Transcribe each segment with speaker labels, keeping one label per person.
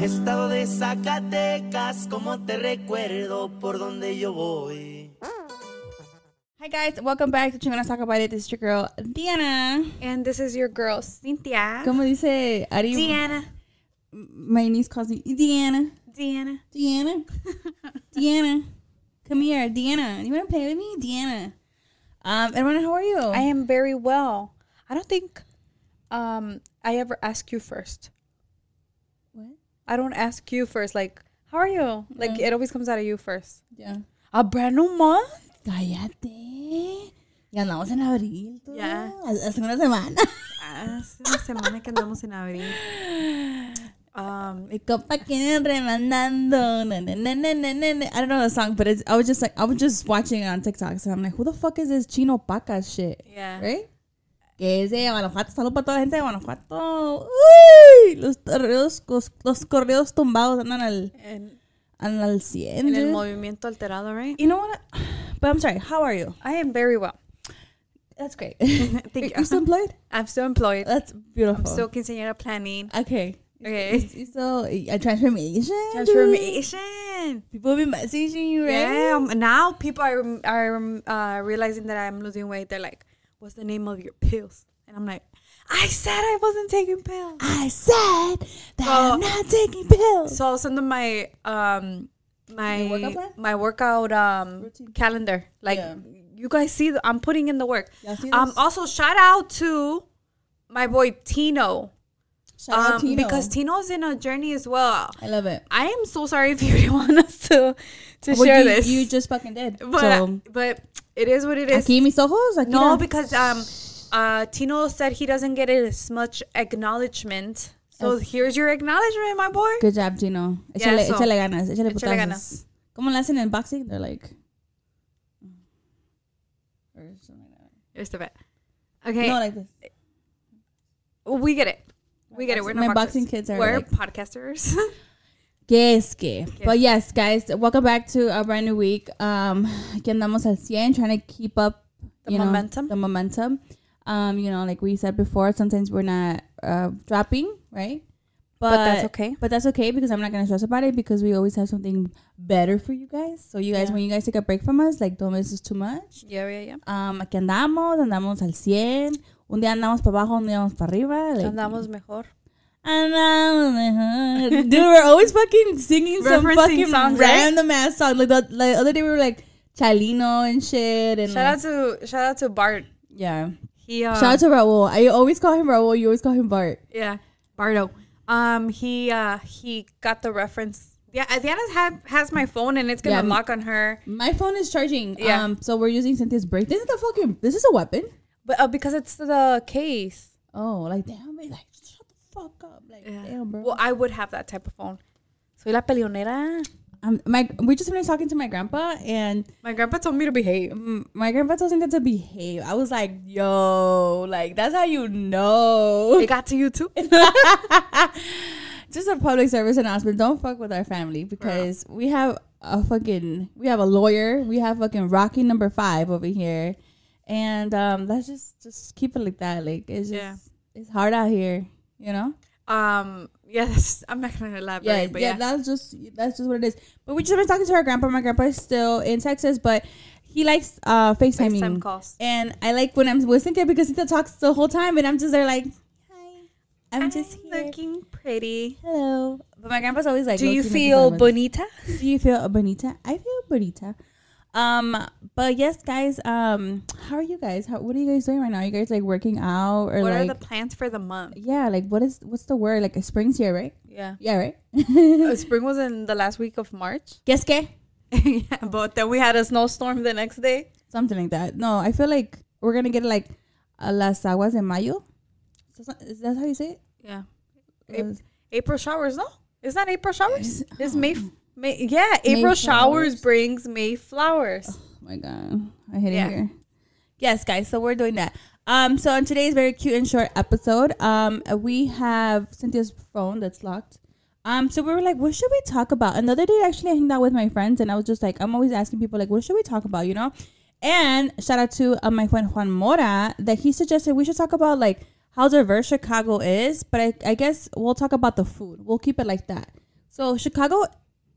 Speaker 1: Estado de Zacatecas, como te recuerdo por donde yo voy.
Speaker 2: Hi guys, welcome back to Chingona Talk About It. This is your girl, Diana.
Speaker 3: And this is your girl, Cynthia.
Speaker 2: Como dice Ari,
Speaker 3: Diana.
Speaker 2: my niece calls me Diana.
Speaker 3: Diana.
Speaker 2: Deanna, Deanna, come here, Deanna. You want to play with me, Deanna? Um, everyone, how are you?
Speaker 3: I am very well. I don't think um I ever ask you first.
Speaker 2: what?
Speaker 3: I don't ask you first. Like, how are you? Like, it always comes out of you first.
Speaker 2: Yeah.
Speaker 3: A brand new month.
Speaker 2: Cállate. Ya andamos en abril. tú.
Speaker 3: Ya.
Speaker 2: Hace hace una semana.
Speaker 3: Hace una semana que andamos en abril. Um,
Speaker 2: Mi copa quieren remandando. Na, na, na, na, na, na, na. I don't know the song, but it's, I was just like I was just watching it on TikTok, so I'm like, who the fuck is this Chino Paca shit?
Speaker 3: yeah.
Speaker 2: right? Que es de Guanajuato. Salud para toda la gente de Guanajuato. Uy, los correos, los, los correos tumbados andan al,
Speaker 3: En,
Speaker 2: andan al 100.
Speaker 3: en el
Speaker 2: dude.
Speaker 3: movimiento alterado, right?
Speaker 2: You know what? But I'm sorry. How are you?
Speaker 3: I am very well.
Speaker 2: That's great.
Speaker 3: Thank
Speaker 2: You're
Speaker 3: you.
Speaker 2: still employed?
Speaker 3: I'm still employed.
Speaker 2: That's beautiful.
Speaker 3: I'm still quinceañera planning.
Speaker 2: okay.
Speaker 3: Okay.
Speaker 2: It's, it's so a transformation. dude.
Speaker 3: Transformation.
Speaker 2: People be messaging you, right?
Speaker 3: Yeah, um, now people are are uh, realizing that I'm losing weight. They're like, "What's the name of your pills?" And I'm like, "I said I wasn't taking pills."
Speaker 2: I said that
Speaker 3: Oh.
Speaker 2: I'm not taking pills.
Speaker 3: So I'll send them my um my
Speaker 2: Your workout plan?
Speaker 3: my workout um
Speaker 2: Routine.
Speaker 3: calendar. Like
Speaker 2: Yeah.
Speaker 3: you guys see, the, I'm putting in the work.
Speaker 2: Y'all see
Speaker 3: Um,
Speaker 2: this?
Speaker 3: also shout out to my boy Tino,
Speaker 2: Shout out
Speaker 3: um,
Speaker 2: Tino.
Speaker 3: because Tino's in a journey as well.
Speaker 2: I love it.
Speaker 3: I am so sorry if you didn't want us to to
Speaker 2: Well,
Speaker 3: share
Speaker 2: you,
Speaker 3: this.
Speaker 2: You just fucking did.
Speaker 3: but
Speaker 2: so,
Speaker 3: but it is what it is.
Speaker 2: aquí mis ojos. Aquí
Speaker 3: Pues, No,
Speaker 2: la-
Speaker 3: because um, uh, Tino said he doesn't get as much acknowledgement. So
Speaker 2: Yes.
Speaker 3: here's your acknowledgement, my boy.
Speaker 2: Good job, Gino.
Speaker 3: Yeah,
Speaker 2: Échale,
Speaker 3: so-
Speaker 2: échale ganas, échale
Speaker 3: échale
Speaker 2: putazos.
Speaker 3: ganas.
Speaker 2: ¿Cómo le hacen en boxing? They're like... Or something like
Speaker 3: Here's the bet.
Speaker 2: that.
Speaker 3: Okay,
Speaker 2: No, like this.
Speaker 3: we get it. We get it. We're
Speaker 2: My
Speaker 3: not
Speaker 2: boxing
Speaker 3: boxers.
Speaker 2: kids are
Speaker 3: We're
Speaker 2: like-
Speaker 3: podcasters.
Speaker 2: Que es que. But yes, guys, welcome back to a brand new week. Um, aquí andamos al 100, trying to keep up
Speaker 3: The
Speaker 2: you know,
Speaker 3: momentum.
Speaker 2: the momentum. Um, you know, like we said before, sometimes we're not uh, dropping, right? But,
Speaker 3: that's okay.
Speaker 2: But that's okay because I'm not gonna stress about it because we always have something better for you guys. So you guys,
Speaker 3: Yeah.
Speaker 2: when you guys take a break from us, like don't miss us too much.
Speaker 3: yeah, yeah, yeah.
Speaker 2: Um, aquí andamos, andamos al 100. Un día andamos para abajo, un día andamos para arriba. Like,
Speaker 3: Andamos mejor.
Speaker 2: Andamos mejor. Dude, we're always fucking singing some
Speaker 3: Referencing
Speaker 2: fucking
Speaker 3: songs, right?
Speaker 2: random ass song. Like the like, other day we were like Chalino and shit. And
Speaker 3: Shout out to shout out to Bart.
Speaker 2: like, yeah.
Speaker 3: He um,
Speaker 2: mm. Shout out to Raul. I always call him Raul. You always call him Bart.
Speaker 3: yeah Bardo. Um, he uh he got the reference. Yeah, Diana ha- has my phone and it's gonna
Speaker 2: Yeah, m-
Speaker 3: lock on her,
Speaker 2: My phone is charging.
Speaker 3: Yeah.
Speaker 2: Um, so we're using Cynthia's break. This is the fucking. This is a weapon.
Speaker 3: but uh, because it's the case.
Speaker 2: Oh, like damn, like shut the fuck up, like damn, bro.
Speaker 3: Well, I would have that type of phone. Soy la peleonera.
Speaker 2: Um, my we just finished talking to my grandpa, and
Speaker 3: My grandpa told me to behave.
Speaker 2: mm, my grandpa tells Cynthia to behave. I was like, yo, like that's how you know.
Speaker 3: It got to you too.
Speaker 2: just a public service announcement. Don't fuck with our family because we have a fucking we have a lawyer. We have fucking Rocky number five over here. And um that's just just keep it like that. Like it's just
Speaker 3: Yeah.
Speaker 2: it's hard out here, you know?
Speaker 3: Um. Yes, I'm not gonna elaborate.
Speaker 2: yeah,
Speaker 3: but
Speaker 2: yeah,
Speaker 3: yeah.
Speaker 2: that's just that's just what it is. But we just been talking to our grandpa. My grandpa is still in Texas, but he likes uh FaceTiming.
Speaker 3: FaceTime calls.
Speaker 2: And I like when I'm with Cynthia because Cynthia talks the whole time and I'm just there like, Hi. I'm just here.
Speaker 3: looking pretty.
Speaker 2: Hello. But my grandpa's always like,
Speaker 3: Do you
Speaker 2: low-key making
Speaker 3: feel
Speaker 2: fun of us.
Speaker 3: bonita?
Speaker 2: Do you feel bonita? I feel bonita. Um, but yes, guys. Um, how are you guys? How, what are you guys doing right now? you guys like working out or
Speaker 3: What are
Speaker 2: like?
Speaker 3: the plans for the month?
Speaker 2: yeah, like what is what's the word? Like spring's here, right?
Speaker 3: Yeah.
Speaker 2: Yeah, right.
Speaker 3: Uh, Spring was in the last week of March.
Speaker 2: Guess que?
Speaker 3: yeah, but then we had a snowstorm the next day.
Speaker 2: Something like that. No, I feel like we're gonna get like a las aguas de mayo. Is that- Is that how you say it?
Speaker 3: Yeah.
Speaker 2: Uh,
Speaker 3: April showers? No, it's not April showers.
Speaker 2: Is-
Speaker 3: It's May. f- oh. May yeah, April showers
Speaker 2: flowers.
Speaker 3: brings May flowers.
Speaker 2: Oh my god, I hate
Speaker 3: Yeah.
Speaker 2: it here. Yes, guys. So we're doing that. Um, so on today's very cute and short episode, um, we have Cynthia's phone that's locked. Um, so we were like, what should we talk about? Another day, actually, I hung out with my friends, and I was just like, I'm always asking people like, what should we talk about? You know. And shout out to uh, my friend Juan Mora that he suggested we should talk about like how diverse Chicago is, but I, I guess we'll talk about the food. We'll keep it like that. So Chicago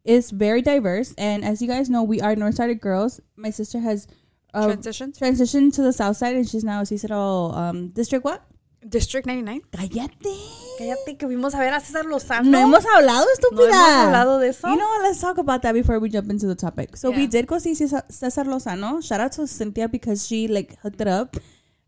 Speaker 2: is very diverse, and as you guys know, we are Northsided girls. My sister has
Speaker 3: Oh.
Speaker 2: uh,
Speaker 3: Transitioned?
Speaker 2: transitioned to the South Side, and she's now a Cicero um, district. What?
Speaker 3: District 99.
Speaker 2: Cállate.
Speaker 3: Cállate que vimos a ver a César Lozano.
Speaker 2: No hemos hablado, estúpida.
Speaker 3: hablado de eso.
Speaker 2: You know what? Let's talk about that before we jump into the topic. So we
Speaker 3: Yeah.
Speaker 2: did go see Cesar Cesar Lozano. Shout out to Cynthia because she like hooked it up.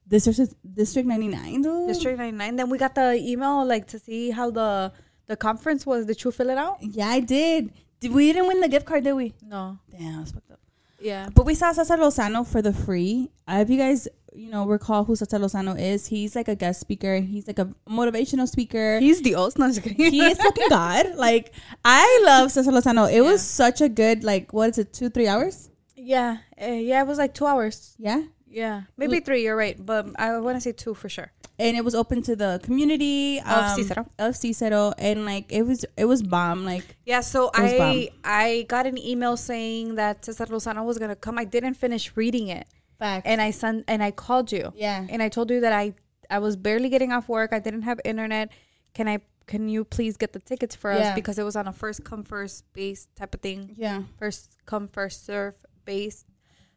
Speaker 2: District District 99. dude.
Speaker 3: District 99. Then we got the email like to see how the the conference was. Did you fill it out?
Speaker 2: Yeah, I did. Did- We didn't win the gift card, did we?
Speaker 3: No.
Speaker 2: Damn, that's fucked up.
Speaker 3: Yeah.
Speaker 2: But we saw Cesar Lozano for the free. Uh, if you guys, you know, recall who Cesar Lozano is, he's like a guest speaker. He's like a motivational speaker.
Speaker 3: He's Dios. No, I'm just kidding.
Speaker 2: he is fucking god. Like I love Cesar Lozano. It was such a good like what is it two three hours?
Speaker 3: yeah. Uh, yeah, it was like two hours.
Speaker 2: Yeah,
Speaker 3: Yeah. Maybe three. You're right. But I want to say two for sure.
Speaker 2: and it was open to the community um,
Speaker 3: Of Cicero.
Speaker 2: of Cicero, and like it was it was bomb. Like
Speaker 3: Yeah, so
Speaker 2: was
Speaker 3: I I got an email saying that Cesar Lozano was gonna come. I didn't finish reading it,
Speaker 2: facts.
Speaker 3: and I sent and I called you.
Speaker 2: Yeah.
Speaker 3: and I told you that I I was barely getting off work. I didn't have internet. Can I? Can you please get the tickets for
Speaker 2: Yeah.
Speaker 3: us because it was on a first come first base type of thing.
Speaker 2: yeah,
Speaker 3: First come first serve base.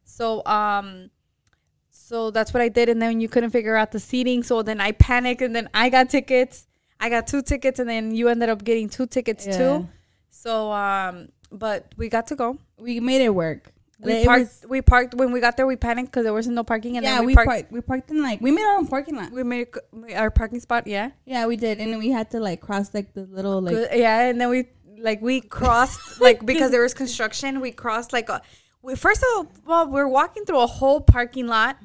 Speaker 3: So um. So that's what I did, and then you couldn't figure out the seating. So then I panicked, and then I got tickets. I got two tickets, and then you ended up getting two tickets
Speaker 2: Yeah.
Speaker 3: too. So, um, but we got to go.
Speaker 2: we made it work.
Speaker 3: We
Speaker 2: Like, it
Speaker 3: parked.
Speaker 2: was-
Speaker 3: we parked when we got there. We panicked because there wasn't no parking, and
Speaker 2: yeah,
Speaker 3: then
Speaker 2: we,
Speaker 3: we,
Speaker 2: parked,
Speaker 3: parked.
Speaker 2: We parked in like we made our own parking lot.
Speaker 3: We made our parking spot. Yeah,
Speaker 2: Yeah, we did, and then we had to like cross like the little like
Speaker 3: Good- yeah, and then we like we crossed like because there was construction. We crossed like a. We first of all, we're walking through a whole parking lot,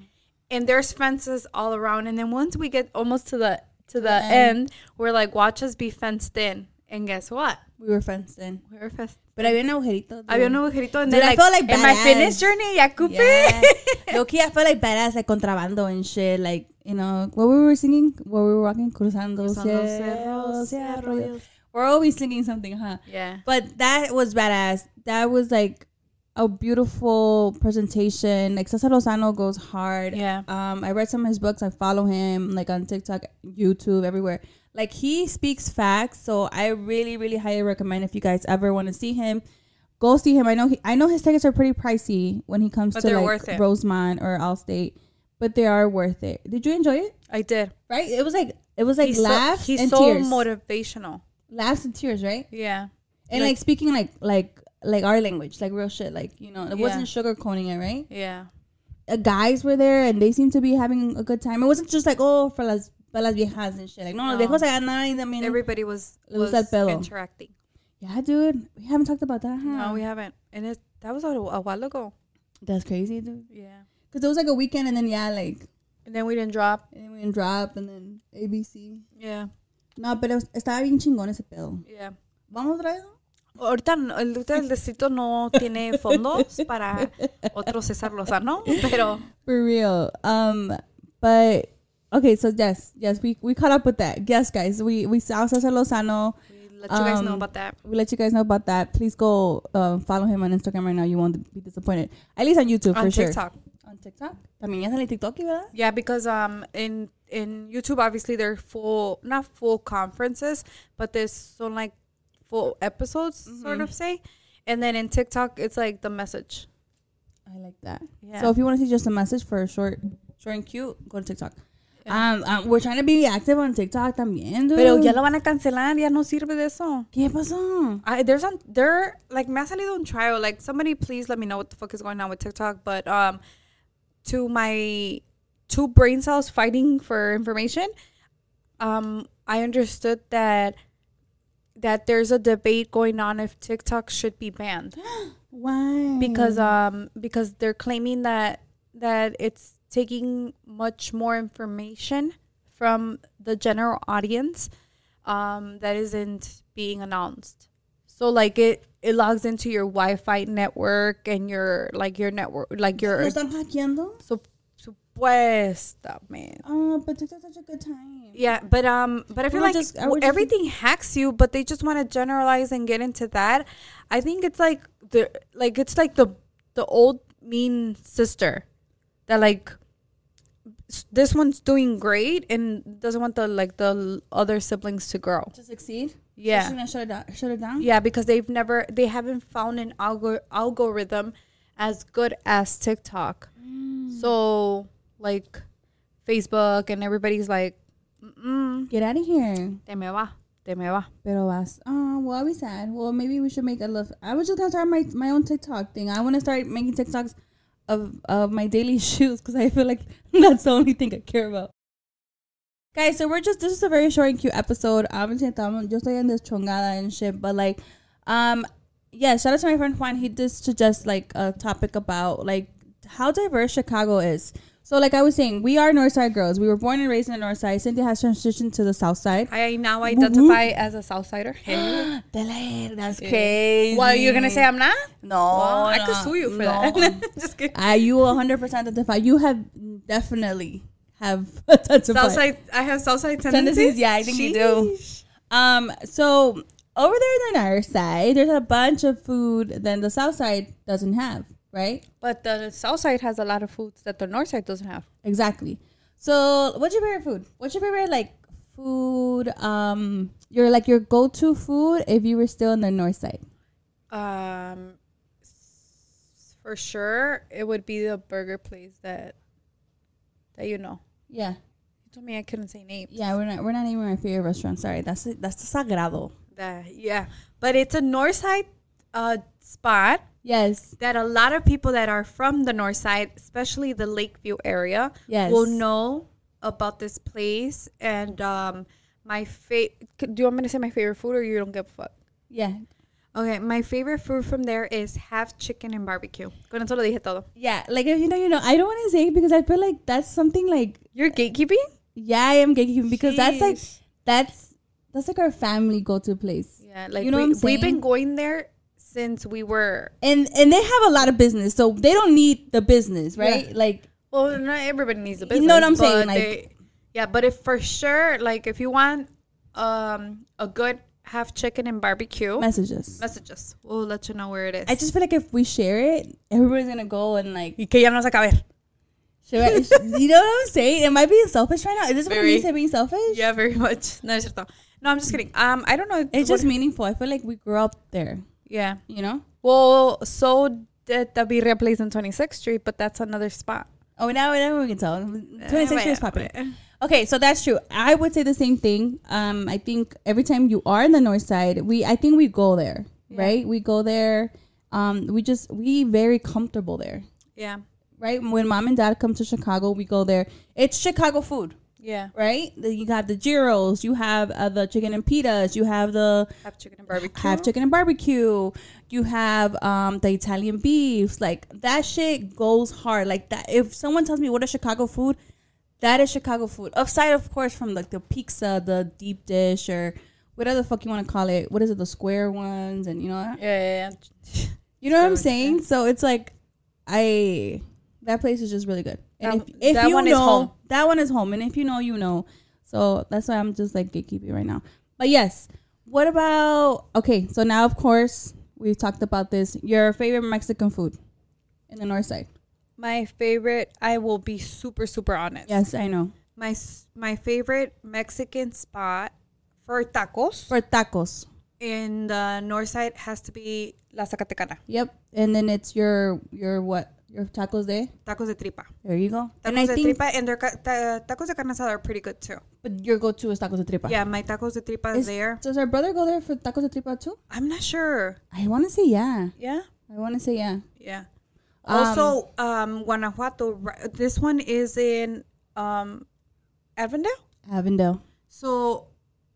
Speaker 3: and there's fences all around. And then once we get almost to the to the
Speaker 2: end.
Speaker 3: end, we're like, watch us be fenced in. And guess what?
Speaker 2: we were fenced in,
Speaker 3: We were fenced.
Speaker 2: but había un agujerito.
Speaker 3: Había un
Speaker 2: dude.
Speaker 3: agujerito, and
Speaker 2: Dude,
Speaker 3: then
Speaker 2: I
Speaker 3: like,
Speaker 2: felt like
Speaker 3: in my
Speaker 2: badass.
Speaker 3: fitness journey, ya cupe.
Speaker 2: Yeah. Low key, I felt like badass, like contrabando and shit. Like, you know, what we were singing, what we were walking, cruzando,
Speaker 3: Cruzando
Speaker 2: cerros,
Speaker 3: cerros
Speaker 2: y
Speaker 3: y
Speaker 2: arroyos.
Speaker 3: arroyos.
Speaker 2: We're always singing something, huh?
Speaker 3: Yeah.
Speaker 2: But that was badass. That was like a beautiful presentation. Like, Cesar Lozano goes hard.
Speaker 3: Yeah.
Speaker 2: Um, I read some of his books. I follow him, like, on TikTok, YouTube, everywhere. Like, he speaks facts. So, I really, really highly recommend if you guys ever want to see him. Go see him. I know he, I know his tickets are pretty pricey when he comes
Speaker 3: But
Speaker 2: to
Speaker 3: they're
Speaker 2: like
Speaker 3: worth it.
Speaker 2: Rosemont or Allstate, but they are worth it. Did you enjoy it?
Speaker 3: I did.
Speaker 2: Right? It was like it was like
Speaker 3: he's
Speaker 2: laughs
Speaker 3: so, he's
Speaker 2: and
Speaker 3: so
Speaker 2: tears.
Speaker 3: motivational.
Speaker 2: laughs and tears, right?
Speaker 3: Yeah.
Speaker 2: And like, speaking like like like our language, like real shit, like you know, it
Speaker 3: Yeah.
Speaker 2: wasn't sugarcoating it, right?
Speaker 3: Yeah.
Speaker 2: Uh, guys were there and they seemed to be having a good time. It wasn't just like oh for las para las viejas and shit. Like no, no.
Speaker 3: No.
Speaker 2: viejos allá nada, y también-
Speaker 3: Everybody was
Speaker 2: Le gusta
Speaker 3: was
Speaker 2: el pelo.
Speaker 3: interacting.
Speaker 2: Yeah, dude, we haven't talked about that. Huh?
Speaker 3: No, we haven't. And it that was a, a while ago.
Speaker 2: That's crazy, dude.
Speaker 3: Yeah.
Speaker 2: Because it was like a weekend, and then yeah, like
Speaker 3: And then we didn't drop.
Speaker 2: and then we didn't drop, and then ABC.
Speaker 3: Yeah.
Speaker 2: No, pero estaba bien chingón ese pedo.
Speaker 3: Yeah.
Speaker 2: Vamos otra vez.
Speaker 3: Ahorita no- el Duque del Distrito no tiene fondos para otro César Lozano, pero
Speaker 2: For real. Um, but okay, so yes, yes, we we caught up with that. Yes, guys, we we saw Cesar Lozano.
Speaker 3: we let you guys know
Speaker 2: Um,
Speaker 3: about that.
Speaker 2: We let you guys know about that. Please go um, follow him on Instagram right now. You won't be disappointed. At least on YouTube
Speaker 3: On
Speaker 2: for sure.
Speaker 3: TikTok.
Speaker 2: On TikTok. También ya sale TikTok, ¿verdad?
Speaker 3: Yeah, because um in in YouTube obviously they're full not full conferences, but there's some like full episodes sort of say. And then in TikTok it's like the message.
Speaker 2: I like that.
Speaker 3: Yeah.
Speaker 2: So if you want to see just a message for a short, short and cute, go to TikTok. Um, um, we're trying to be active on TikTok también, dude.
Speaker 3: Pero ya lo van a cancelar, ya no sirve de eso.
Speaker 2: ¿Qué pasó?
Speaker 3: I there's on there like me ha salido un trial. Like somebody please let me know what the fuck is going on with TikTok. But um to my two brain cells fighting for information, um, I understood that that there's a debate going on if TikTok should be banned
Speaker 2: Why?
Speaker 3: because um because they're claiming that that it's taking much more information from the general audience um that isn't being announced so like it it logs into your wi-fi network and your like your network like
Speaker 2: ¿Lo
Speaker 3: your
Speaker 2: están hackeando?
Speaker 3: sup- supuestamente
Speaker 2: Oh, but TikTok's such a good time.
Speaker 3: yeah, but um, but I feel
Speaker 2: would
Speaker 3: like
Speaker 2: just- I would just-
Speaker 3: everything hacks you, but they just want to generalize and get into that. I think it's like the like it's like the the old mean sister that like s- this one's doing great and doesn't want the like the l- other siblings to grow.
Speaker 2: to succeed.
Speaker 3: Yeah.
Speaker 2: She's gonna shut it down. Shut it down.
Speaker 3: Yeah, because they've never they haven't found an algor- algorithm as good as TikTok. So like Facebook and everybody's like, mm
Speaker 2: Get out of here.
Speaker 3: te me va, te me va.
Speaker 2: Pero vas. Oh, well, I'll be sad. Well, maybe we should make a love. I was just gonna start my my own TikTok thing. I want to start making TikToks of of my daily shoes because I feel like that's the only thing I care about. Guys, so we're just this is a very short and cute episode. Obviously, I'm just like in this chongada and shit, but like, um, yeah. Shout out to my friend Juan. He did suggest like a topic about like how diverse Chicago is. So like I was saying, we are Northside girls. We were born and raised in the Northside. Cynthia has transitioned to the Southside.
Speaker 3: I now identify as a Southsider.
Speaker 2: Deler, that's crazy.
Speaker 3: well, you're gonna say I'm not?
Speaker 2: no?
Speaker 3: Well, I could
Speaker 2: no,
Speaker 3: sue you for
Speaker 2: no.
Speaker 3: that. Just kidding.
Speaker 2: I, you 100 percent identify. You have definitely have identified
Speaker 3: Southside, I have Southside tendencies.
Speaker 2: tendencies. Yeah, I think you do. Um, so over there in the north side, there's a bunch of food that the south side doesn't have, right?
Speaker 3: But the Southside has a lot of foods that the Northside doesn't have.
Speaker 2: Exactly. So, what's your favorite food? What's your favorite like food? Um, your like your go-to food if you were still in the north side.
Speaker 3: Um, s- for sure, it would be the burger place that that you know.
Speaker 2: Yeah.
Speaker 3: You told me I couldn't say names.
Speaker 2: Yeah, we're not we're not even our favorite restaurant. Sorry, that's that's the sagrado.
Speaker 3: That yeah, but it's a Northside uh spot
Speaker 2: Yes,
Speaker 3: that a lot of people that are from the north side, especially the Lakeview area,
Speaker 2: Yes.
Speaker 3: will know about this place. And um, my favorite, do you want me to say my favorite food or you don't give a fuck?
Speaker 2: yeah,
Speaker 3: Okay, my favorite food from there is half chicken and barbecue. Con eso lo dije todo.
Speaker 2: yeah. Like if you know, you know. I don't want to say it because I feel like that's something like
Speaker 3: You're gatekeeping?
Speaker 2: yeah, I am gatekeeping because that's like
Speaker 3: Sheesh.
Speaker 2: that's that's like our family go to place.
Speaker 3: Yeah, like
Speaker 2: You know
Speaker 3: we,
Speaker 2: what I'm
Speaker 3: we've been
Speaker 2: saying?
Speaker 3: going there since we were,
Speaker 2: And and they have a lot of business, so they don't need the business, right? Like
Speaker 3: well, not everybody needs a
Speaker 2: You
Speaker 3: business.
Speaker 2: know what I'm saying,
Speaker 3: but
Speaker 2: like-
Speaker 3: they- yeah, but if for sure, like if you want um, a good half chicken and barbecue,
Speaker 2: messages.
Speaker 3: message us. We'll let you know where it is.
Speaker 2: I just feel like if we share it, everybody's gonna go and like
Speaker 3: y que ya no se acabe.
Speaker 2: share it. you know what I'm saying? Am I being selfish right now? Is this what
Speaker 3: Very.
Speaker 2: it means to being selfish?
Speaker 3: Yeah, very much. No, es cierto. No, I'm just kidding. Um, I don't know.
Speaker 2: It's just
Speaker 3: what-
Speaker 2: meaningful. I feel like we grew up there,
Speaker 3: yeah.
Speaker 2: you know?
Speaker 3: Well, so did the birria place in 26th Street, but that's another spot.
Speaker 2: Oh, now, now we can tell. 26
Speaker 3: Uh, wait,
Speaker 2: years popular.
Speaker 3: wait.
Speaker 2: Okay, so that's true. I would say the same thing. Um, I think every time you are in the north side, we I think we go there, right? We go there. Um, we just we very comfortable there,
Speaker 3: Yeah,
Speaker 2: right? When mom and dad come to Chicago, we go there. It's Chicago food,
Speaker 3: yeah.
Speaker 2: right? The- You have the gyros, you have uh, the chicken and pitas, you have the
Speaker 3: Have chicken and barbecue.
Speaker 2: have chicken and barbecue. You have um the Italian beefs. Like that shit goes hard. Like that. If someone tells me what is Chicago food, that is Chicago food. Aside, of course, from like the pizza, the deep dish, or whatever the fuck you want to call it. What is it? The square ones, and you know,
Speaker 3: Yeah, yeah, yeah.
Speaker 2: you know what I'm saying. So it's like, I that place is just really good. And
Speaker 3: That-
Speaker 2: if, if
Speaker 3: that
Speaker 2: you
Speaker 3: one is
Speaker 2: know,
Speaker 3: home.
Speaker 2: that one is home. And if you know, you know. So that's why I'm just like gatekeeping right now. But yes, what about okay? So now, of course, we've talked about this. Your favorite Mexican food in the North Side?
Speaker 3: My favorite. I will be super, super honest.
Speaker 2: Yes, I know
Speaker 3: My s- my favorite Mexican spot for tacos
Speaker 2: for tacos.
Speaker 3: in the north side has to be La Zacatecana
Speaker 2: Yep, and then it's your your what your tacos day.
Speaker 3: tacos de tripa.
Speaker 2: There you go.
Speaker 3: Tacos
Speaker 2: and I
Speaker 3: de
Speaker 2: think
Speaker 3: tripa and their ca- ta- tacos de carne asada are pretty good too.
Speaker 2: but your go to is tacos de tripa.
Speaker 3: Yeah, my tacos de tripa is
Speaker 2: Is-
Speaker 3: there.
Speaker 2: Does our brother go there for tacos de tripa too?
Speaker 3: I'm not sure.
Speaker 2: I want to say yeah.
Speaker 3: Yeah,
Speaker 2: I want to say yeah.
Speaker 3: yeah.
Speaker 2: Um,
Speaker 3: also, um, Guanajuato. ri- This one is in um, Avondale.
Speaker 2: Avondale.
Speaker 3: So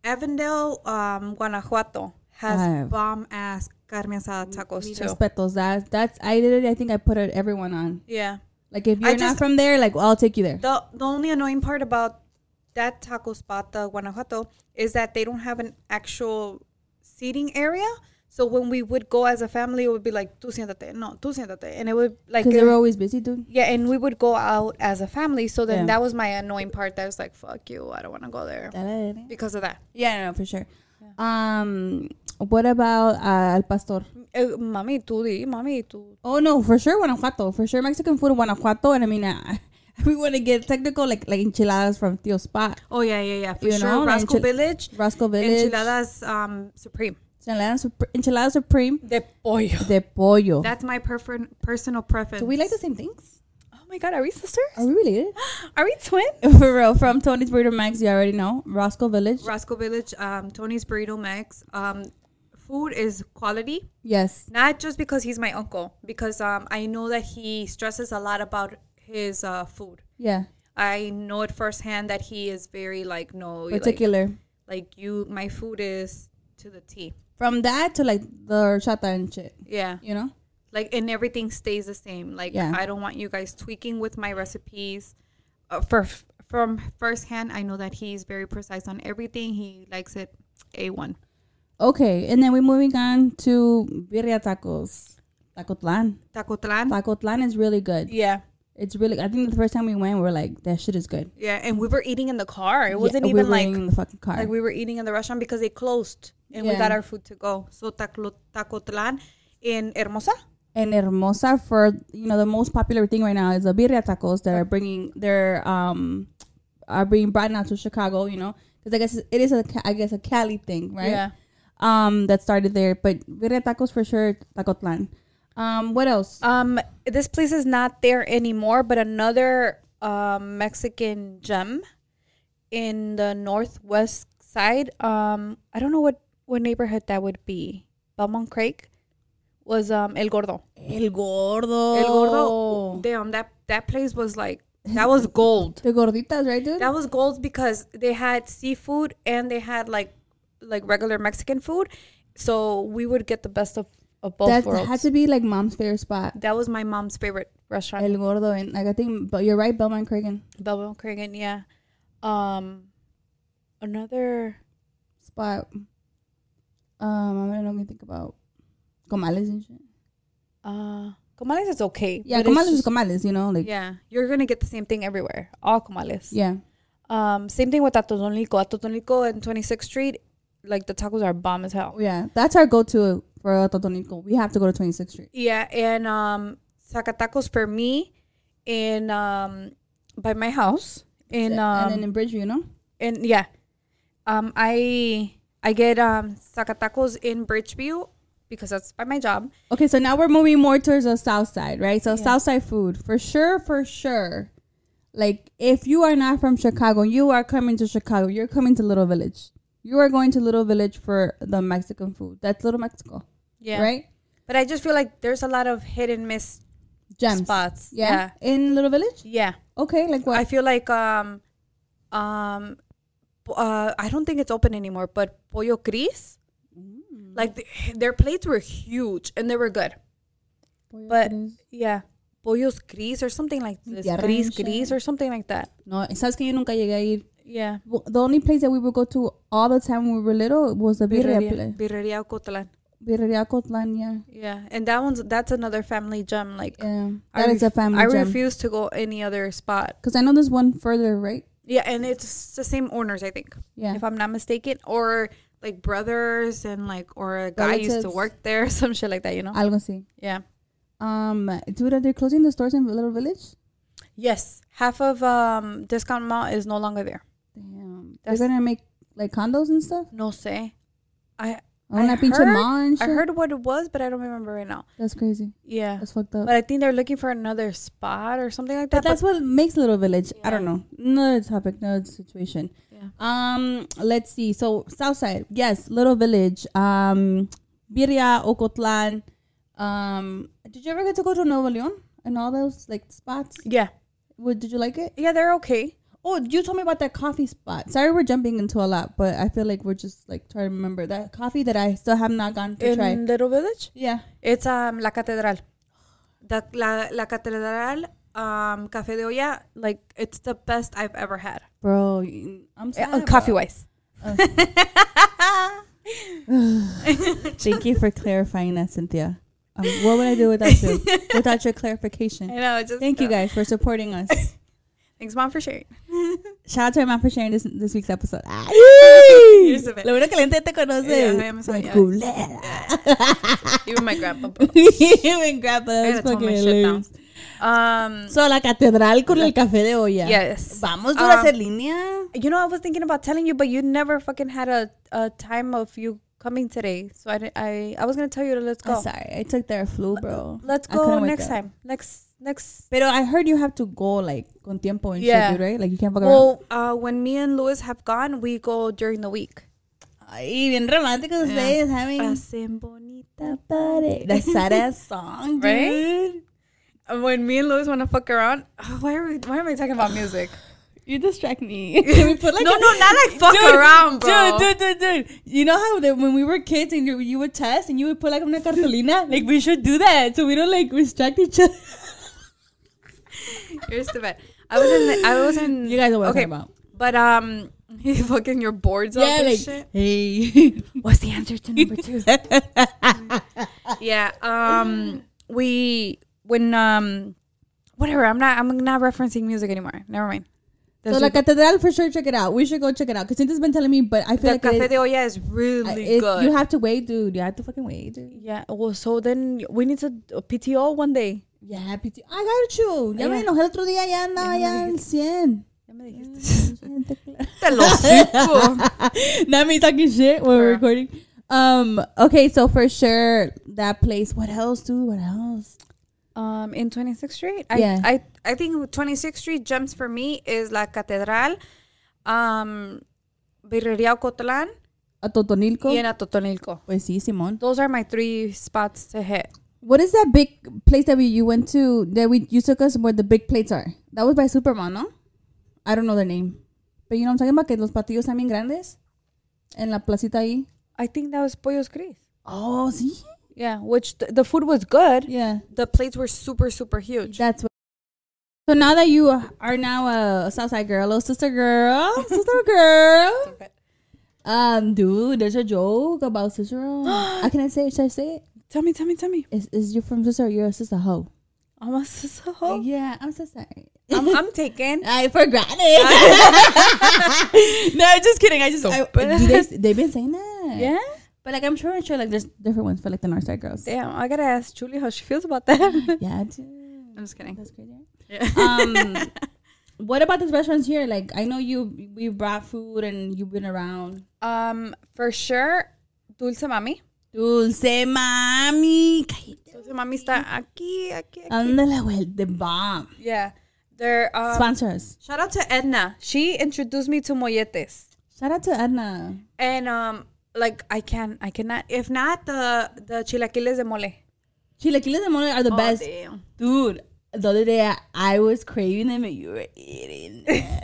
Speaker 3: Avondale, um, Guanajuato has
Speaker 2: I-
Speaker 3: bomb ass carne asada tacos too.
Speaker 2: Respetos. That that's I did it. I think I put it, everyone on.
Speaker 3: Yeah.
Speaker 2: Like if you're not
Speaker 3: just-
Speaker 2: from there, like I'll take you there.
Speaker 3: The the only annoying part about that taco spot, the Guanajuato, is that they don't have an actual seating area. So when we would go as a family, it would be like tú siéntate, no tú siéntate, and it would like
Speaker 2: Because
Speaker 3: it-
Speaker 2: they're always busy, dude.
Speaker 3: yeah, and we would go out as a family. So then
Speaker 2: Yeah.
Speaker 3: that was my annoying part. That was like fuck you, I don't want to go there because of that.
Speaker 2: Yeah, no, for sure. Um, what about uh, El Pastor?
Speaker 3: Uh, mami, tú di, mami, tú.
Speaker 2: Oh no, for sure Guanajuato. For sure Mexican food in Guanajuato, and I mean, I, we want to get technical, like like enchiladas from Tio Spot,
Speaker 3: Oh yeah, yeah, yeah. For
Speaker 2: You
Speaker 3: sure.
Speaker 2: know, la
Speaker 3: Roscoe
Speaker 2: enchil-
Speaker 3: Village.
Speaker 2: Roscoe Village, enchiladas,
Speaker 3: Enchiladas um, supreme.
Speaker 2: Supre- enchiladas supreme
Speaker 3: De pollo.
Speaker 2: de pollo.
Speaker 3: That's my prefer- personal preference.
Speaker 2: Do we like the same things?
Speaker 3: Oh my god, are we sisters?
Speaker 2: Are we related?
Speaker 3: Are we twins?
Speaker 2: For real, from Tony's Burrito Max, you already know Roscoe Village.
Speaker 3: Roscoe Village, um, Tony's Burrito Max. Um, food is quality,
Speaker 2: Yes,
Speaker 3: not just because he's my uncle, because um, I know that he stresses a lot about his uh, food.
Speaker 2: yeah,
Speaker 3: I know it firsthand that he is very like no, Oh, you like,
Speaker 2: particular.
Speaker 3: like you, my food is to the T.
Speaker 2: from that to like the horchata and shit,
Speaker 3: Yeah,
Speaker 2: you know.
Speaker 3: like and everything stays the same. Like
Speaker 2: Yeah.
Speaker 3: I don't want you guys tweaking with my recipes. Uh, for from firsthand, I know that he's very precise on everything. He likes it a one.
Speaker 2: Okay, and then we're moving on to birria tacos. Tacotlan.
Speaker 3: Tacotlan.
Speaker 2: Tacotlan is really good.
Speaker 3: yeah.
Speaker 2: It's really. I think the first time we went, we were like, that shit is good.
Speaker 3: Yeah, and we were eating in the car. It wasn't
Speaker 2: Yeah, we
Speaker 3: even
Speaker 2: were
Speaker 3: like
Speaker 2: in the fucking car.
Speaker 3: like we were eating in the restaurant because they closed and we
Speaker 2: Yeah.
Speaker 3: got our food to go. So Taclo- Tacotlan in Hermosa.
Speaker 2: and Hermosa for you know the most popular thing right now is the birria tacos that are bringing they're um are being brought now to Chicago. You know because I guess it is a Ca- I guess a Cali thing, right? Um, that started there, but birria tacos for sure. Tacotlan. Um, what else?
Speaker 3: Um this place is not there anymore, but another um Mexican gem in the northwest side. Um I don't know what what neighborhood that would be. Belmont Creek was um El Gordo.
Speaker 2: El gordo.
Speaker 3: El Gordo. Damn, that that place was like that was gold.
Speaker 2: The gorditas, right, dude?
Speaker 3: That was gold because they had seafood and they had like like regular Mexican food. So we would get the best of, of both
Speaker 2: That
Speaker 3: worlds.
Speaker 2: had to be like mom's favorite spot.
Speaker 3: that was my mom's favorite restaurant,
Speaker 2: El Gordo, and like I think, but you're right, Belmont Cragen
Speaker 3: Belmont Cregan. Yeah. Um, another
Speaker 2: spot. Um, I don't know what to think about comales and shit.
Speaker 3: uh, Comales is okay.
Speaker 2: Yeah,
Speaker 3: but it's
Speaker 2: comales is
Speaker 3: just-
Speaker 2: comales, you know, like yeah,
Speaker 3: Yeah, you're gonna get the same thing everywhere. All comales. Um, same thing with Atotonilco. Atotonilco and 26th Street, like the tacos are bomb as hell.
Speaker 2: Oh, yeah. That's our go-to for Totonico. We have to go to 26th Street.
Speaker 3: Yeah, and um Zacatacos for me in um by my house. In um
Speaker 2: and then in Bridgeview, you know.
Speaker 3: in yeah. Um I I get um Zacatacos in Bridgeview because that's by my job.
Speaker 2: Okay, so now we're moving more towards the south side, right? So south side food, for sure, for sure. Like if you are not from Chicago, you are coming to Chicago. You're coming to Little Village. You are going to Little Village for the Mexican food. That's Little Mexico,
Speaker 3: Yeah. Right?
Speaker 2: right?
Speaker 3: But I just feel like there's a lot of hit and miss
Speaker 2: Gems.
Speaker 3: spots.
Speaker 2: Yeah. in Little Village.
Speaker 3: Yeah.
Speaker 2: Okay, like what?
Speaker 3: I feel like um um uh, I don't think it's open anymore, but Pollo Cris,
Speaker 2: Mm.
Speaker 3: like th- their plates were huge and they were good. but yeah, pollos gris or something like this,
Speaker 2: tierra
Speaker 3: gris
Speaker 2: ancha.
Speaker 3: gris or something like that.
Speaker 2: no, sabes que yo nunca llegué a ir.
Speaker 3: Yeah,
Speaker 2: Well, The only place that we would go to all the time when we were little was the birria
Speaker 3: birreria,
Speaker 2: place.
Speaker 3: birreria Ocotlan.
Speaker 2: Birria Cotlan, yeah.
Speaker 3: Yeah, and that one's that's another family gem. Like
Speaker 2: Yeah,
Speaker 3: I
Speaker 2: that is a
Speaker 3: ref-
Speaker 2: family
Speaker 3: I
Speaker 2: gem.
Speaker 3: refuse to go any other spot.
Speaker 2: Because I know there's one further, right?
Speaker 3: Yeah, and it's the same owners, I think,
Speaker 2: Yeah.
Speaker 3: if I'm not mistaken, or like brothers and like or a guy used to
Speaker 2: Relatives.
Speaker 3: work there, some shit like that. You know?
Speaker 2: Algo así.
Speaker 3: yeah.
Speaker 2: Um, dude, are they closing the stores in Little Village?
Speaker 3: Yes, half of um discount mall is no longer there.
Speaker 2: Damn.
Speaker 3: That's-
Speaker 2: They're going to make like condos and stuff?
Speaker 3: No say. I
Speaker 2: Oh, una pinche mall and
Speaker 3: I
Speaker 2: shit?
Speaker 3: heard what it was, but I don't remember right now.
Speaker 2: That's crazy.
Speaker 3: Yeah.
Speaker 2: That's fucked up.
Speaker 3: But I think they're looking for another spot or something like that.
Speaker 2: But that's what makes Little Village. I
Speaker 3: Yeah.
Speaker 2: don't know. Another topic, another situation.
Speaker 3: Yeah.
Speaker 2: Um, let's see. So Southside, yes, Little Village. Um, Birria, Ocotlan. Um, did you ever get to go to Nuevo Leon and all those like spots?
Speaker 3: yeah.
Speaker 2: Would did you like it?
Speaker 3: Yeah, they're okay.
Speaker 2: Oh, you told me about that coffee spot. Sorry, we're jumping into a lot, but I feel like we're just like trying to remember that coffee that I still have not gone to
Speaker 3: In
Speaker 2: try.
Speaker 3: Little Village?
Speaker 2: Yeah,
Speaker 3: It's um La Catedral. The, la, la Catedral um Café de Olla, like it's the best I've ever had.
Speaker 2: bro, eh, you- I'm sad.
Speaker 3: Uh, coffee
Speaker 2: bro.
Speaker 3: wise.
Speaker 2: Uh. Thank you for clarifying that, Cynthia. Um, what would I do without you? without your clarification.
Speaker 3: know, it's just
Speaker 2: Thank you guys for supporting us.
Speaker 3: Thanks mom for sharing.
Speaker 2: Shout out to my mom for sharing this this week's episode. Ay.
Speaker 3: Years of it.
Speaker 2: Lo bueno que la gente te
Speaker 3: Yeah,
Speaker 2: conoce.
Speaker 3: I am sorry, yeah.
Speaker 2: Culera.
Speaker 3: Even my grandpa.
Speaker 2: Even grandpa
Speaker 3: I
Speaker 2: that's
Speaker 3: gotta tone
Speaker 2: fucking
Speaker 3: my shit down.
Speaker 2: hilarious.
Speaker 3: Um,
Speaker 2: So, la catedral con el café de olla.
Speaker 3: Yes.
Speaker 2: Vamos a hacer
Speaker 3: Um,
Speaker 2: línea.
Speaker 3: you know, I was thinking about telling you, but you never fucking had a, a time of you coming today. So I, didn't- I, I was gonna tell you to let's go.
Speaker 2: I'm sorry. I took their flu, bro.
Speaker 3: Let's
Speaker 2: I couldn't
Speaker 3: go
Speaker 2: wake
Speaker 3: next
Speaker 2: up.
Speaker 3: time. Next next.
Speaker 2: Pero I heard you have to go like con tiempo and
Speaker 3: Yeah.
Speaker 2: shit, dude, right? Like you can't fuck around.
Speaker 3: Well, uh, when me and Lewis have gone, we go during the week.
Speaker 2: Ay, bien romántico ustedes, having
Speaker 3: Pasen bonita.
Speaker 2: that body. That sad ass song, dude.
Speaker 3: Right? Uh, When me and Lewis want to fuck around, oh, why are we? Why am I talking about music?
Speaker 2: You distract me. Can we put like
Speaker 3: no,
Speaker 2: a-
Speaker 3: no, not like fuck around, bro.
Speaker 2: Dude, dude, dude, dude. You know how that when we were kids and you, you would test and you would put like una cartolina? Like we should do that so we don't like distract each other.
Speaker 3: You're stupid. I was in. The, I was in.
Speaker 2: You guys know what I'm talking about.
Speaker 3: But um, you fucking your boards up
Speaker 2: Yeah,
Speaker 3: and
Speaker 2: like
Speaker 3: shit.
Speaker 2: hey.
Speaker 3: What's the answer to number two? yeah. Um, we when um, whatever. I'm not. I'm not referencing music anymore. Never mind.
Speaker 2: so
Speaker 3: There's
Speaker 2: la
Speaker 3: a-
Speaker 2: catedral for sure. Check it out. We should go check it out because Cynthia's been telling me, but I feel
Speaker 3: the
Speaker 2: like it
Speaker 3: cafe
Speaker 2: is-
Speaker 3: de olla is
Speaker 2: I-
Speaker 3: really
Speaker 2: it-
Speaker 3: good.
Speaker 2: you have to wait, dude. You have to fucking wait, dude.
Speaker 3: yeah. Well, so then we need to uh, a PTO one day.
Speaker 2: Yeah, PT. I got you. Ya me
Speaker 3: Yeah.
Speaker 2: enojé el otro día, Oh, ya andaba
Speaker 3: Ya me
Speaker 2: ya en 100.
Speaker 3: Te lo supo.
Speaker 2: Oh. Not me talking shit when we're
Speaker 3: Girl.
Speaker 2: recording. Um. Okay, so for sure that place. What else, dude? What else?
Speaker 3: Um, in 26th Street, I,
Speaker 2: Yeah.
Speaker 3: I I think 26th Street gems for me is La Catedral, um, Birreria Ocotlan,
Speaker 2: A Totonilco.
Speaker 3: y en Atotonilco.
Speaker 2: Pues sí, Simón.
Speaker 3: Those are my three spots to hit.
Speaker 2: What is that big place that we you went to that we you took us where the big plates are? That was by Superman, no? I don't know the name, but you know what I'm talking about. Que los patillos también grandes en la placita ahí.
Speaker 3: I think that was Pollos Gris.
Speaker 2: Oh, sí.
Speaker 3: Yeah, which th- the food was good.
Speaker 2: Yeah.
Speaker 3: The plates were super super huge.
Speaker 2: That's what. So now that you are now a Southside girl, oh sister girl, sister girl. Um, dude, there's a joke about sister. I can I say it? Should I say it?
Speaker 3: Tell me, tell me, tell me.
Speaker 2: Is is you from sister? You're a sister hoe.
Speaker 3: Almost as a hoe.
Speaker 2: Yeah, I'm so sorry.
Speaker 3: I'm, I'm taken.
Speaker 2: I forgot it. no, just kidding. I just I, do they, they've been saying that.
Speaker 3: Yeah.
Speaker 2: but like I'm sure, I'm sure, like there's different ones for like the north side girls.
Speaker 3: Damn, I gotta ask Julie how she feels about that. I'm
Speaker 2: Yeah, dude.
Speaker 3: just kidding.
Speaker 2: That's crazy. Um, what about these restaurants here? Like, I know you we brought food and you've been around.
Speaker 3: Um, for sure, Dulce Mami.
Speaker 2: Dulce mami,
Speaker 3: Dulce Mami está aquí, aquí, aquí.
Speaker 2: ándale, güey, the bomb.
Speaker 3: Yeah, they're. Um,
Speaker 2: Sponsors.
Speaker 3: shout out to Edna. She introduced me to molletes.
Speaker 2: Shout out to Edna.
Speaker 3: and um like i can i cannot if not the the chilaquiles de mole
Speaker 2: Chilaquiles de mole are
Speaker 3: Oh,
Speaker 2: the best,
Speaker 3: damn.
Speaker 2: dude. The other day I, I was craving them and you were eating. them.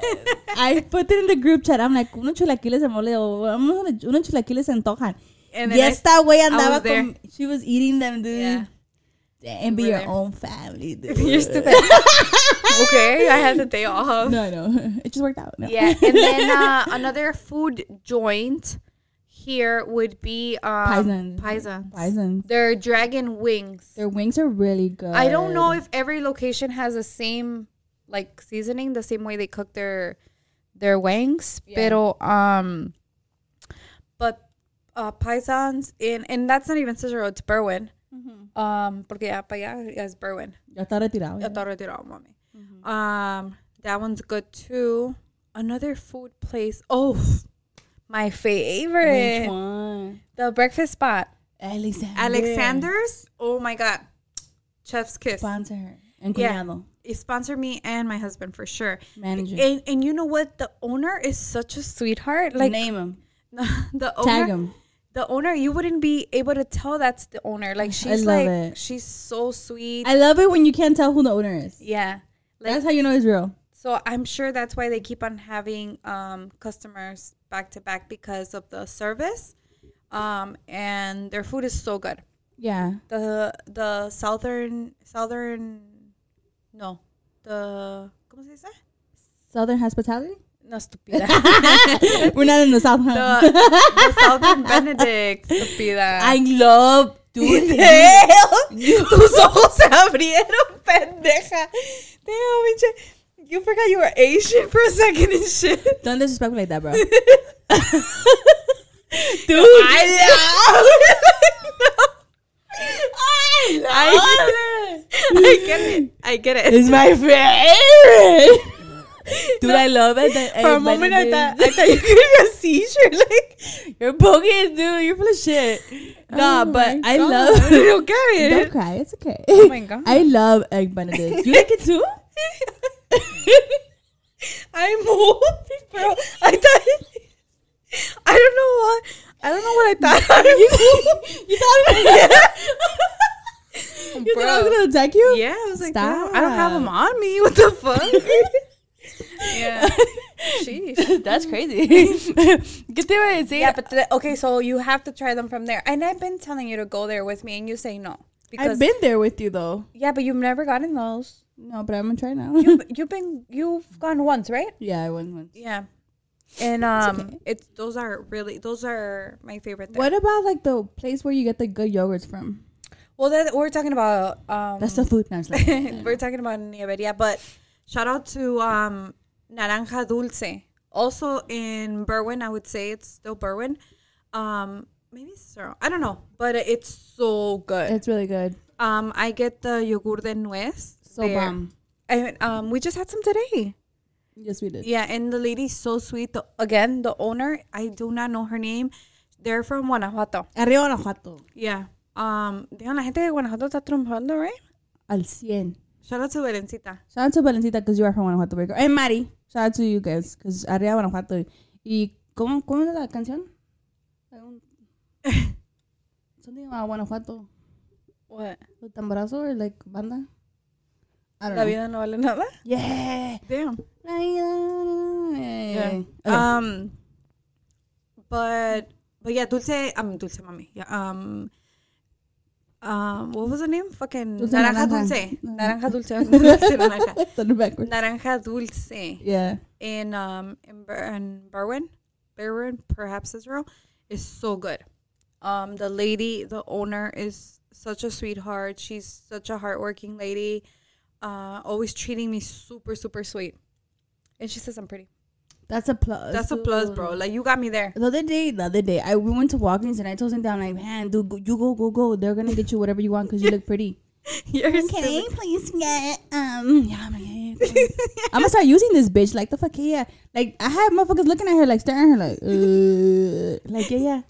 Speaker 2: I put it in the group chat. I'm like, unos chilaquiles de mole oh, o unos unos chilaquiles se antojan. And
Speaker 3: And then I-
Speaker 2: esta güey
Speaker 3: was
Speaker 2: andaba
Speaker 3: there.
Speaker 2: con, she was eating them, dude.
Speaker 3: Yeah.
Speaker 2: And be
Speaker 3: We were
Speaker 2: your
Speaker 3: there.
Speaker 2: own family, dude.
Speaker 3: you're stupid okay i had the day off
Speaker 2: No, no. It just worked out. No.
Speaker 3: yeah and then uh, another food joint here would be um
Speaker 2: Paisans.
Speaker 3: paisans
Speaker 2: Paisans.
Speaker 3: they're dragon wings
Speaker 2: Their wings are really good.
Speaker 3: i don't know if every location has the same like seasoning the same way they cook their their wings pero um but uh paisans in and that's not even Cicero, it's Berwyn. Um, porque ya para allá ya es Berwyn.
Speaker 2: Ya está retirado. ya.
Speaker 3: Ya está retirado, mami. Um, that one's good too. Another food place. Oh, my favorite.
Speaker 2: Which one?
Speaker 3: The breakfast spot.
Speaker 2: Alexander.
Speaker 3: Alexander's. Oh my God. Chef's kiss.
Speaker 2: Sponsor her. And
Speaker 3: Yeah.
Speaker 2: cuñado.
Speaker 3: It sponsored me and my husband for sure.
Speaker 2: Manager.
Speaker 3: And, and you know what? The owner is such a sweetheart. Like
Speaker 2: Name him.
Speaker 3: the owner.
Speaker 2: Tag him.
Speaker 3: the owner you wouldn't be able to tell that's the owner like she's
Speaker 2: love
Speaker 3: like
Speaker 2: it.
Speaker 3: she's so sweet
Speaker 2: I love it when you can't tell who the owner is.
Speaker 3: yeah like
Speaker 2: That's how you know it's real.
Speaker 3: so i'm sure that's why they keep on having um customers back to back because of the service um and their food is so good
Speaker 2: Yeah.
Speaker 3: the the southern southern no the ¿cómo se dice?
Speaker 2: Southern hospitality?
Speaker 3: no stupida
Speaker 2: We're not in the South, huh?
Speaker 3: the, the southern benedict stupida
Speaker 2: I love doing
Speaker 3: Damn, tus ojos se abrieron, pendeja. Damn, bitch. You forgot you were Asian for a second and shit.
Speaker 2: Don't disrespect me like that, bro.
Speaker 3: Dude. I love I love it. I get it. I I get it.
Speaker 2: It's my favorite. Dude, I love it. That
Speaker 3: For a
Speaker 2: everybody
Speaker 3: moment, I
Speaker 2: names-
Speaker 3: thought, I thought you could get a seizure. Like,
Speaker 2: You're bogus, dude. You're full of shit. Nah,
Speaker 3: Oh
Speaker 2: but
Speaker 3: my
Speaker 2: I
Speaker 3: God.
Speaker 2: love.
Speaker 3: You don't get
Speaker 2: Don't
Speaker 3: it.
Speaker 2: cry. It's okay.
Speaker 3: Oh my God.
Speaker 2: I love egg Benedict. You like it too?
Speaker 3: I'm old, bro. I thought. I don't know what. I don't know what I thought.
Speaker 2: you, you thought I was, you thought I was
Speaker 3: Bro.
Speaker 2: gonna attack you?
Speaker 3: yeah, I was like, damn, I
Speaker 2: Stop.
Speaker 3: don't have them on me. What the fuck? yeah. Sheesh.
Speaker 2: That's crazy. ¿Qué te iba a decir?
Speaker 3: Yeah, but the, okay, so you have to try them from there. And I've been telling you to go there with me, and you say no because
Speaker 2: I've been there with you though.
Speaker 3: yeah, but you've never gotten those.
Speaker 2: No, but I'm gonna try now.
Speaker 3: You've, you've been you've gone once, right?
Speaker 2: yeah, I won once.
Speaker 3: Yeah. And um, it's,
Speaker 2: okay.
Speaker 3: those are really those are my favorite. There.
Speaker 2: What about like the place where you get the good yogurts from?
Speaker 3: Well, that we're talking about um,
Speaker 2: That's the food. No, I'm just like,
Speaker 3: we're talking about Nieveria, but shout out to um, Naranja Dulce. Also in Berwyn, I would say it's still Berwyn. Um, maybe it's Cerro. I don't know, but it's so good.
Speaker 2: it's really good.
Speaker 3: Um, I get the yogurt de nuez.
Speaker 2: So
Speaker 3: there.
Speaker 2: bomb.
Speaker 3: And um, we just had some today.
Speaker 2: Yes, we did.
Speaker 3: Yeah, and the lady's so sweet. The, again, the owner, I do not know her name. They're from Guanajuato.
Speaker 2: Arriba Guanajuato.
Speaker 3: Yeah. Um, damn, la gente de Guanajuato está triunfando, right?
Speaker 2: Al cien.
Speaker 3: Shout out to Berencita.
Speaker 2: Shout out to Valentina because you are from Guanajuato, Breaker. And Mari. Shout out to you guys because Arriba Guanajuato. ¿Y cómo, cómo es la canción? Algún- Something about Guanajuato.
Speaker 3: What?
Speaker 2: The tamborazo or like banda? I don't
Speaker 3: La
Speaker 2: know.
Speaker 3: vida no vale nada.
Speaker 2: Yeah.
Speaker 3: Damn.
Speaker 2: Yeah. Uh,
Speaker 3: Yeah.
Speaker 2: Okay.
Speaker 3: Um, but but yeah, Dulce. Um, Dulce Mami. Yeah. Um. Um, what was the name? Fucking
Speaker 2: Dulce
Speaker 3: Naranja,
Speaker 2: Naranja.
Speaker 3: Dulce. Naranja Dulce. Dulce Naranja.
Speaker 2: Sounded backwards.
Speaker 3: Naranja Dulce
Speaker 2: Yeah.
Speaker 3: in um in, Ber- in Berwyn, Berwyn, perhaps Israel, is so good. Um, the lady, the owner, is such a sweetheart. She's such a hardworking lady. Uh, always treating me super, super sweet. And she says I'm pretty.
Speaker 2: That's a plus.
Speaker 3: That's a plus, bro. Like you got me there.
Speaker 2: The other day, the other day, I we went to Walgreens and I told Cynthia, I'm like, man, dude, go, you go, go, go. They're gonna get you whatever you want because you look pretty.
Speaker 3: You're
Speaker 2: Okay, please get um. Yeah, I'm, like, yeah, yeah, yeah. I'm gonna start using this bitch. Like the fuck, yeah, yeah. Like I had motherfuckers looking at her, like staring at her, like, uh, like yeah, yeah.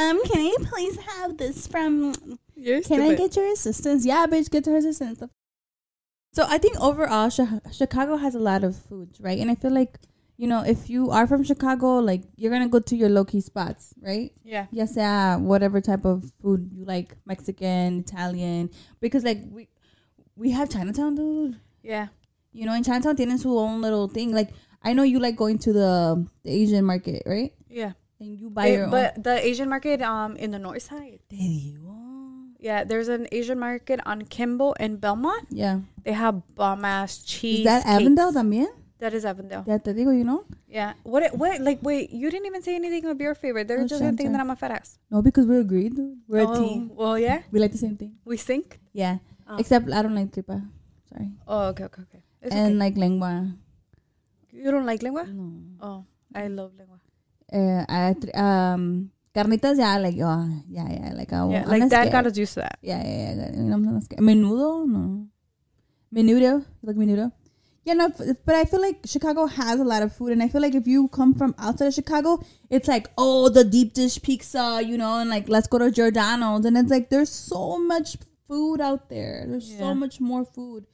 Speaker 2: Um, can I please have this from?
Speaker 3: You're
Speaker 2: Can I
Speaker 3: stupid.
Speaker 2: get your assistance? Yeah, bitch, get her assistance. So I think overall, Chi- Chicago has a lot of foods, right? And I feel like you know, if you are from Chicago, like you're gonna go to your low key spots, right?
Speaker 3: yeah.
Speaker 2: yes yeah whatever type of food you like mexican italian because like we we have chinatown dude
Speaker 3: Yeah.
Speaker 2: you know in chinatown tienen su own little thing like i know you like going to the, the asian market right
Speaker 3: Yeah.
Speaker 2: and you buy
Speaker 3: It-
Speaker 2: your own
Speaker 3: Eh, but the Asian market um in the north side.
Speaker 2: There you are.
Speaker 3: Yeah, there's an Asian market on Kimball and Belmont.
Speaker 2: yeah
Speaker 3: They have bomb ass cheese.
Speaker 2: is that
Speaker 3: cakes.
Speaker 2: avondale también
Speaker 3: That is Avondale.
Speaker 2: yeah te digo you know
Speaker 3: Yeah. What? What? Like, wait. You didn't even say anything of your favorite. They're
Speaker 2: Oh,
Speaker 3: just gonna think
Speaker 2: Shanta.
Speaker 3: that I'm a fat ass. Oh,
Speaker 2: no because we're agreed dude. we're a team
Speaker 3: Well, yeah.
Speaker 2: we like the same thing
Speaker 3: We sync.
Speaker 2: yeah
Speaker 3: Oh.
Speaker 2: except i don't like tripa sorry
Speaker 3: Oh, okay, okay, okay. It's
Speaker 2: and
Speaker 3: okay.
Speaker 2: like lengua
Speaker 3: you don't like lengua?
Speaker 2: no
Speaker 3: Oh, I
Speaker 2: Mm.
Speaker 3: love lengua.
Speaker 2: uh, I, tr- um carnitas yeah like oh yeah yeah like i
Speaker 3: yeah,
Speaker 2: I'm
Speaker 3: like
Speaker 2: not
Speaker 3: dad
Speaker 2: scared.
Speaker 3: got us used to that.
Speaker 2: Yeah, yeah, yeah. I mean, I'm not scared. Menudo, no. Menudo, You like menudo. Yeah, no, f- but I feel like Chicago has a lot of food, and I feel like if you come from outside of Chicago, it's like oh the deep dish pizza, you know, and like let's go to Giordano's, and it's like there's so much food out there. There's
Speaker 3: Yeah.
Speaker 2: so much more food,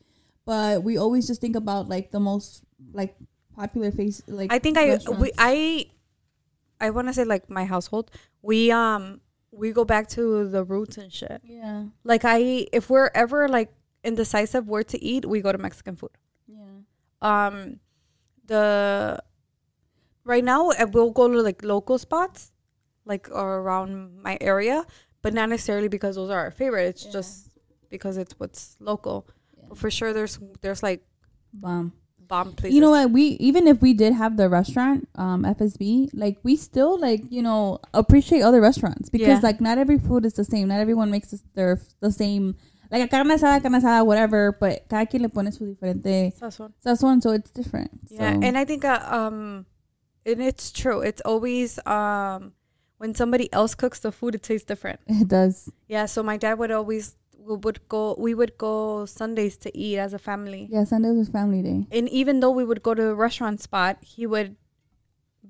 Speaker 2: but we always just think about like the most like popular face. Like
Speaker 3: I think I
Speaker 2: restaurants.
Speaker 3: we, I I want to say like my household. We um we go back to the roots and shit.
Speaker 2: yeah
Speaker 3: Like I if we're ever like indecisive where to eat, we go to Mexican food.
Speaker 2: yeah
Speaker 3: Um the right now uh, we'll go to like local spots like or around my area, but not necessarily because those are our favorite. It's just because it's what's local. But for sure there's there's like
Speaker 2: bomb.
Speaker 3: bomb places.
Speaker 2: um, you know what we even if we did have the restaurant um fsb like we still like you know appreciate other restaurants because
Speaker 3: Yeah.
Speaker 2: like not every food is the same not everyone makes this, their the same like a carne asada carne asada whatever but cada quien le pone su diferente
Speaker 3: That's one.
Speaker 2: sazón so it's different
Speaker 3: Yeah,
Speaker 2: so.
Speaker 3: and I think uh, um, and it's true. It's always um, when somebody else cooks the food, it tastes different.
Speaker 2: it does
Speaker 3: Yeah, so my dad would always we would go we would go Sundays to eat as a family.
Speaker 2: Yeah, Sunday was family day.
Speaker 3: And even though we would go to a restaurant spot, he would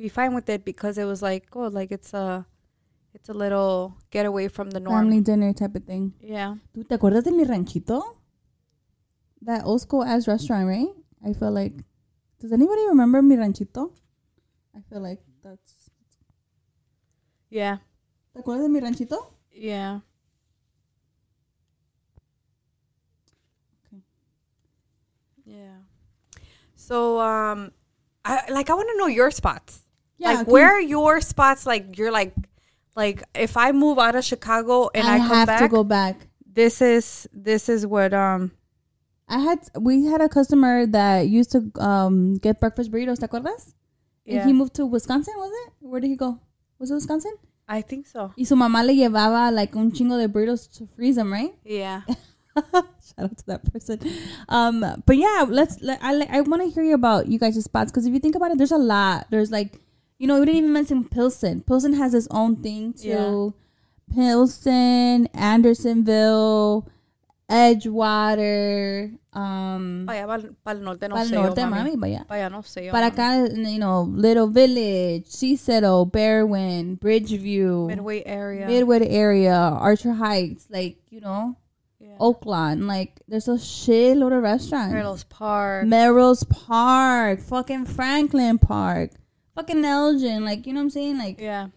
Speaker 3: be fine with it because it was like, oh, like it's a it's a little getaway from the norm.
Speaker 2: Family dinner type of thing.
Speaker 3: Yeah.
Speaker 2: Dude, ¿te acuerdas de mi ranchito? That old school ass restaurant, right? I feel like. Does anybody remember mi ranchito? I feel like that's.
Speaker 3: Yeah.
Speaker 2: ¿Te acuerdas de mi ranchito?
Speaker 3: Yeah.
Speaker 2: Okay.
Speaker 3: Yeah. So um I like I want to know your spots. like where are your spots like you're like like if I move out of Chicago and I,
Speaker 2: I,
Speaker 3: come
Speaker 2: have
Speaker 3: back
Speaker 2: to go back.
Speaker 3: this is this is what um
Speaker 2: I had we had a customer that used to um, get breakfast burritos. ¿Te acuerdas?
Speaker 3: Yeah.
Speaker 2: And he moved to Wisconsin, was it? Where did he go? Was it Wisconsin?
Speaker 3: I think so.
Speaker 2: Y su mamá le llevaba like un chingo de burritos to freeze them, right?
Speaker 3: Yeah.
Speaker 2: Shout out to that person. Um, but yeah, let's. Let, I like- I want to hear you about you guys' spots because if you think about it, there's a lot. There's like, you know, we didn't even mention Pilsen. Pilsen has its own thing too. Pilsen, Andersonville, Edgewater, um,
Speaker 3: Vaya, pa'l, pa'l norte no
Speaker 2: Pal
Speaker 3: sé
Speaker 2: Norte,
Speaker 3: yo, mami.
Speaker 2: mami, vaya.
Speaker 3: Vaya, no sé yo,
Speaker 2: Para
Speaker 3: mami.
Speaker 2: acá, you know, Little Village, Cicero, Berwyn, Bridgeview,
Speaker 3: Midway area.
Speaker 2: Midwood area, Archer Heights, like, you know,
Speaker 3: yeah.
Speaker 2: Oakland. Like, there's a shitload of restaurants.
Speaker 3: Reynolds Park.
Speaker 2: Merrill's Park, fucking Franklin Park, fucking Elgin. Like, you know what I'm saying? Like,
Speaker 3: yeah.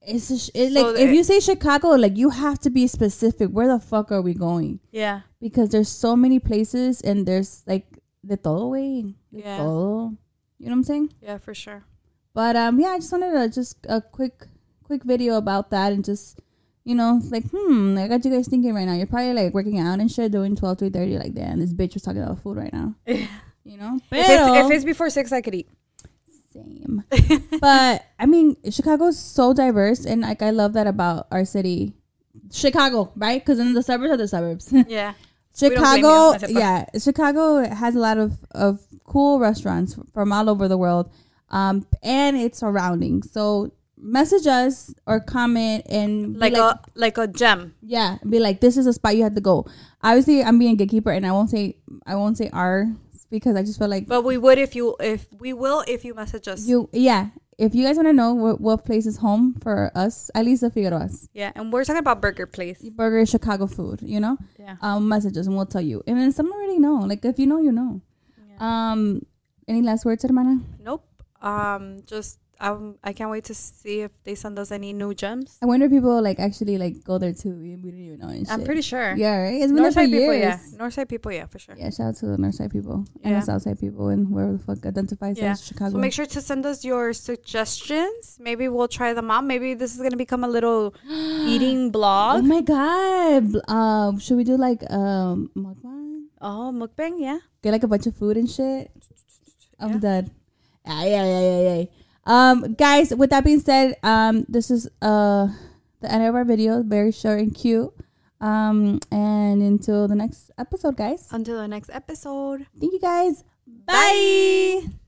Speaker 2: it's a sh- it,
Speaker 3: So
Speaker 2: like
Speaker 3: the-
Speaker 2: if you say Chicago, like, you have to be specific. Where the fuck are we going?
Speaker 3: Yeah.
Speaker 2: Because there's so many places and there's like the todo way.
Speaker 3: Yeah.
Speaker 2: You know what I'm saying?
Speaker 3: Yeah, for sure.
Speaker 2: But um, yeah, I just wanted to just a quick quick video about that and just you know like hmm, I got you guys thinking right now. You're probably like working out and shit, doing 12, 3, 30, like damn, this bitch was talking about food right now. you know,
Speaker 3: If it's,
Speaker 2: Pero-
Speaker 3: if it's before six, I could eat.
Speaker 2: same. but I mean, Chicago's so diverse, and like I love that about our city, Chicago, right? Because then the suburbs are the suburbs.
Speaker 3: Yeah. don't blame you,
Speaker 2: Chicago,
Speaker 3: except for-
Speaker 2: yeah, Chicago has a lot of, of cool restaurants from all over the world, um, and its surroundings. So message us or comment and be
Speaker 3: Like, a like a gem.
Speaker 2: yeah, be like this is a spot you have to go. Obviously, I'm being gatekeeper, and I won't say I won't say ours because I just feel like
Speaker 3: But we would if you if we will if you message us.
Speaker 2: you yeah. If you guys want to know what, what place is home for us, at least the Figueroas,
Speaker 3: yeah, and we're talking about burger place.
Speaker 2: burger Chicago food, you know.
Speaker 3: Yeah.
Speaker 2: um, messages and we'll tell you. And then some already know. Like if you know, you know.
Speaker 3: uh,
Speaker 2: Um, any last words, hermana?
Speaker 3: Nope. Um just um I can't wait to see if they send us any new gems.
Speaker 2: I wonder if people like actually like go there too. We we didn't even know. And
Speaker 3: I'm
Speaker 2: shit.
Speaker 3: pretty sure.
Speaker 2: Yeah, right. It's been there for
Speaker 3: Northside people,
Speaker 2: years.
Speaker 3: yeah. Northside people, yeah, for sure.
Speaker 2: Yeah, shout out to the Northside people
Speaker 3: Yeah.
Speaker 2: and the Southside people and wherever the fuck identifies
Speaker 3: Yeah.
Speaker 2: as Chicago.
Speaker 3: So make sure to send us your suggestions. Maybe we'll try them out. Maybe this is gonna become a little eating
Speaker 2: oh
Speaker 3: blog.
Speaker 2: my god! Um, should we do like um mukbang?
Speaker 3: Oh, mukbang, yeah.
Speaker 2: Get like a bunch of food and shit. I'm
Speaker 3: Yeah.
Speaker 2: done. Ay, ay, ay, ay, ay. Um, guys, with that being said, um, this is uh the end of our video. Very short and cute. Um, and until the next episode, guys.
Speaker 3: Until the next episode.
Speaker 2: Thank you, guys. Bye.